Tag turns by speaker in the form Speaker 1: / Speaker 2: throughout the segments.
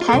Speaker 1: 台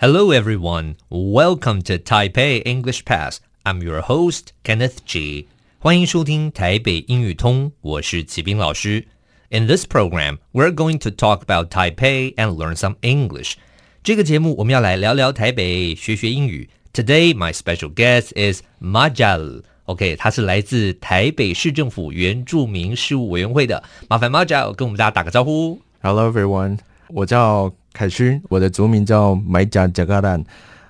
Speaker 2: Hello, everyone. Welcome to Taipei English Pass. I'm your host, Kenneth G. 欢迎收听台北英语通，我是齐斌老师。In this program, we're going to talk about Taipei and learn some English. 这个节目我们要来聊聊台北，学学英语。Today, my special guest is Majal. OK，他是来自台北市政府原住民事务委员会的。麻烦 Majal 跟我们大家打个招呼。
Speaker 3: Hello everyone，我叫凯勋，我的族名叫麦加加嘎兰，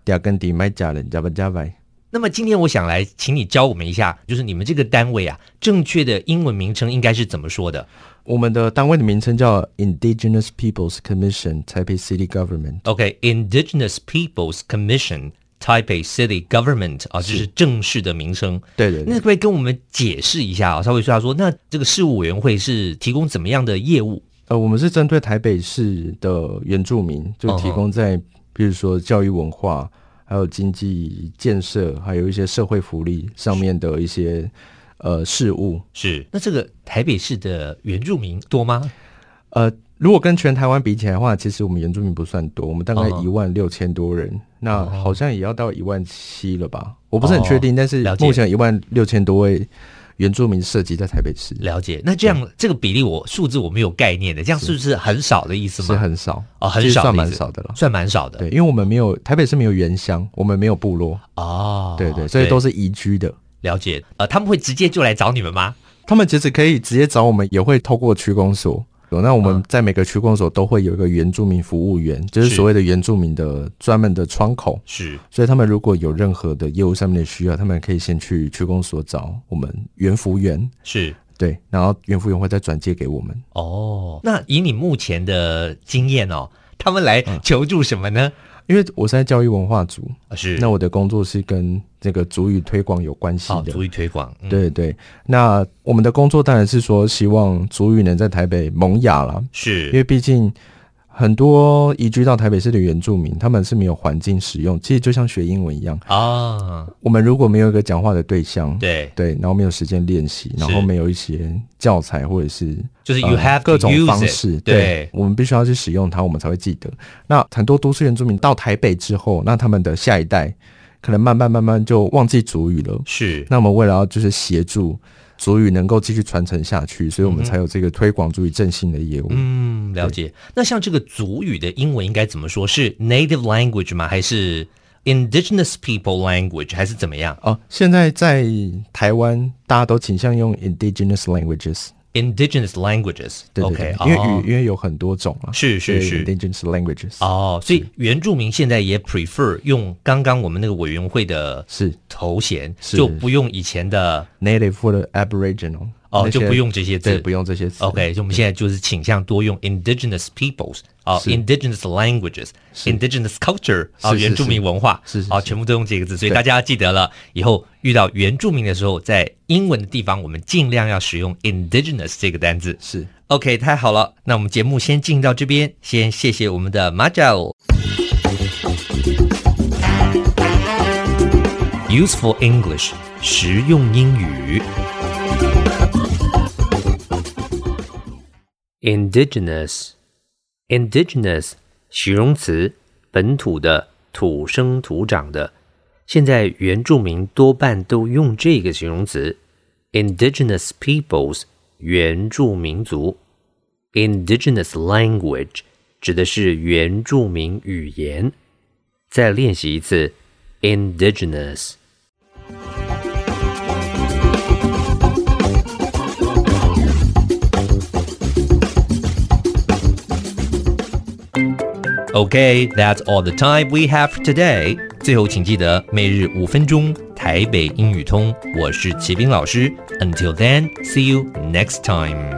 Speaker 3: 亚根迪麦加人加巴加白。
Speaker 2: 那么今天我想来，请你教我们一下，就是你们这个单位啊，正确的英文名称应该是怎么说的？
Speaker 3: 我们的单位的名称叫 Indigenous Peoples Commission Taipei City Government。
Speaker 2: OK，Indigenous、Peoples Commission Taipei City Government 啊，这是正式的名称。
Speaker 3: 对对
Speaker 2: 那可
Speaker 3: 对
Speaker 2: 不可以跟我们解释一下啊？稍微说下说，那这个事务委员会是提供怎么样的业务？
Speaker 3: 呃，我们是针对台北市的原住民，就提供在比如说教育、文化，还有经济建设，还有一些社会福利上面的一些呃事务。
Speaker 2: 是那这个台北市的原住民多吗？
Speaker 3: 呃，如果跟全台湾比起来的话，其实我们原住民不算多，我们大概
Speaker 2: 嗯哦
Speaker 3: 一万六千多人，那好像也要到一万七了吧？我不是很确定，但是
Speaker 2: 了解
Speaker 3: 目前一万六千多位原住民涉及在台北市，
Speaker 2: 了解。那这样这个比例我数字我没有概念的，这样是不是很少的意思
Speaker 3: 是
Speaker 2: 吗？
Speaker 3: 很少
Speaker 2: 哦，很
Speaker 3: 其实
Speaker 2: 少的
Speaker 3: 算
Speaker 2: 意
Speaker 3: 蛮
Speaker 2: 思
Speaker 3: 少的了。
Speaker 2: 算蛮少的。
Speaker 3: 对，因为我们没有台北市没有原乡，我们没有部落，
Speaker 2: 哦，
Speaker 3: 对对，所以都是移居的。
Speaker 2: 了解，呃，他们会直接就来找你们吗？
Speaker 3: 他们其实可以直接找我们，也会透过区公所。有那我们在每个区公所都会有一个原住民服务员，就是
Speaker 2: 嗯是
Speaker 3: 所谓的原住民的专门的窗口。
Speaker 2: 是
Speaker 3: 所以他们如果有任何的业务上面的需要，他们可以先去区公所找我们原服员，
Speaker 2: 是，
Speaker 3: 对，然后原服员会再转介给我们。
Speaker 2: 哦，那以你目前的经验哦，他们来求助什么呢？
Speaker 3: 因为我是在教育文化组，
Speaker 2: 啊是，
Speaker 3: 那我的工作是跟这个主语推广有关系
Speaker 2: 好，哦
Speaker 3: 的。
Speaker 2: 足以推广，嗯，
Speaker 3: 对对，那我们的工作当然是说，希望主语能在台北萌芽啦，因
Speaker 2: 是
Speaker 3: 为毕竟很多移居到台北市的原住民，他们是没有环境使用，其实就像学英文一样，
Speaker 2: 啊，
Speaker 3: 我们如果没有一个讲话的对象，
Speaker 2: 对，
Speaker 3: 对，然后没有时间练习，然后没有一些教材或者是
Speaker 2: 就是 you
Speaker 3: 呃
Speaker 2: have to
Speaker 3: 各种
Speaker 2: use
Speaker 3: 方
Speaker 2: it，
Speaker 3: 式，
Speaker 2: 对
Speaker 3: 我们必须要去使用它，我们才会记得。那很多都市原住民到台北之后，那他们的下一代可能慢慢慢慢就忘记主语了。
Speaker 2: 是
Speaker 3: 那我们为了要就是协助主语能够继续传承下去，所以我们才有这个推广主语振兴的业务。
Speaker 2: 嗯，了解。那像这个族语的英文应该怎么说？是 native language 吗？还是 indigenous people language？还是怎么样
Speaker 3: 哦，现在在台湾大家都倾向用 indigenous languages，
Speaker 2: ？indigenous languages。哦
Speaker 3: 对对
Speaker 2: o
Speaker 3: 对
Speaker 2: k
Speaker 3: 因为语、因为有很多种啊，
Speaker 2: 是是
Speaker 3: 对
Speaker 2: 是
Speaker 3: indigenous languages，、
Speaker 2: 哦，所以原住民现在也 prefer 用刚刚我们那个委员会的
Speaker 3: 是
Speaker 2: 头衔，
Speaker 3: 是
Speaker 2: 就不用以前的
Speaker 3: native 或者 aboriginal
Speaker 2: 哦
Speaker 3: 那
Speaker 2: 就
Speaker 3: 些
Speaker 2: 不用这些字
Speaker 3: 对，不用这些字。
Speaker 2: OK，所以我们现在就是倾向多用 indigenous peoples 啊、
Speaker 3: 是
Speaker 2: i n d i g e n o u s languages、indigenous culture 啊、
Speaker 3: 是是
Speaker 2: 原住民文化
Speaker 3: 是是是
Speaker 2: 啊、全部都用这个字，所以
Speaker 3: 对
Speaker 2: 大家要记得了，以后遇到原住民的时候，在英文的地方我们尽量要使用 indigenous 这个单字。
Speaker 3: 是
Speaker 2: OK，太好了，那我们节目先进到这边，先谢谢我们的 Majal。Useful English，实用英语。Indigenous, indigenous 形容词，本土的、土生土长的。现在原住民多半都用这个形容词，indigenous peoples 原住民族。Indigenous language 指的是原住民语言。再练习一次，indigenous。Okay, that's all the time we have for today. 最后，请记得每日五分钟台北英语通。我是齐斌老师。Until then, see you next time.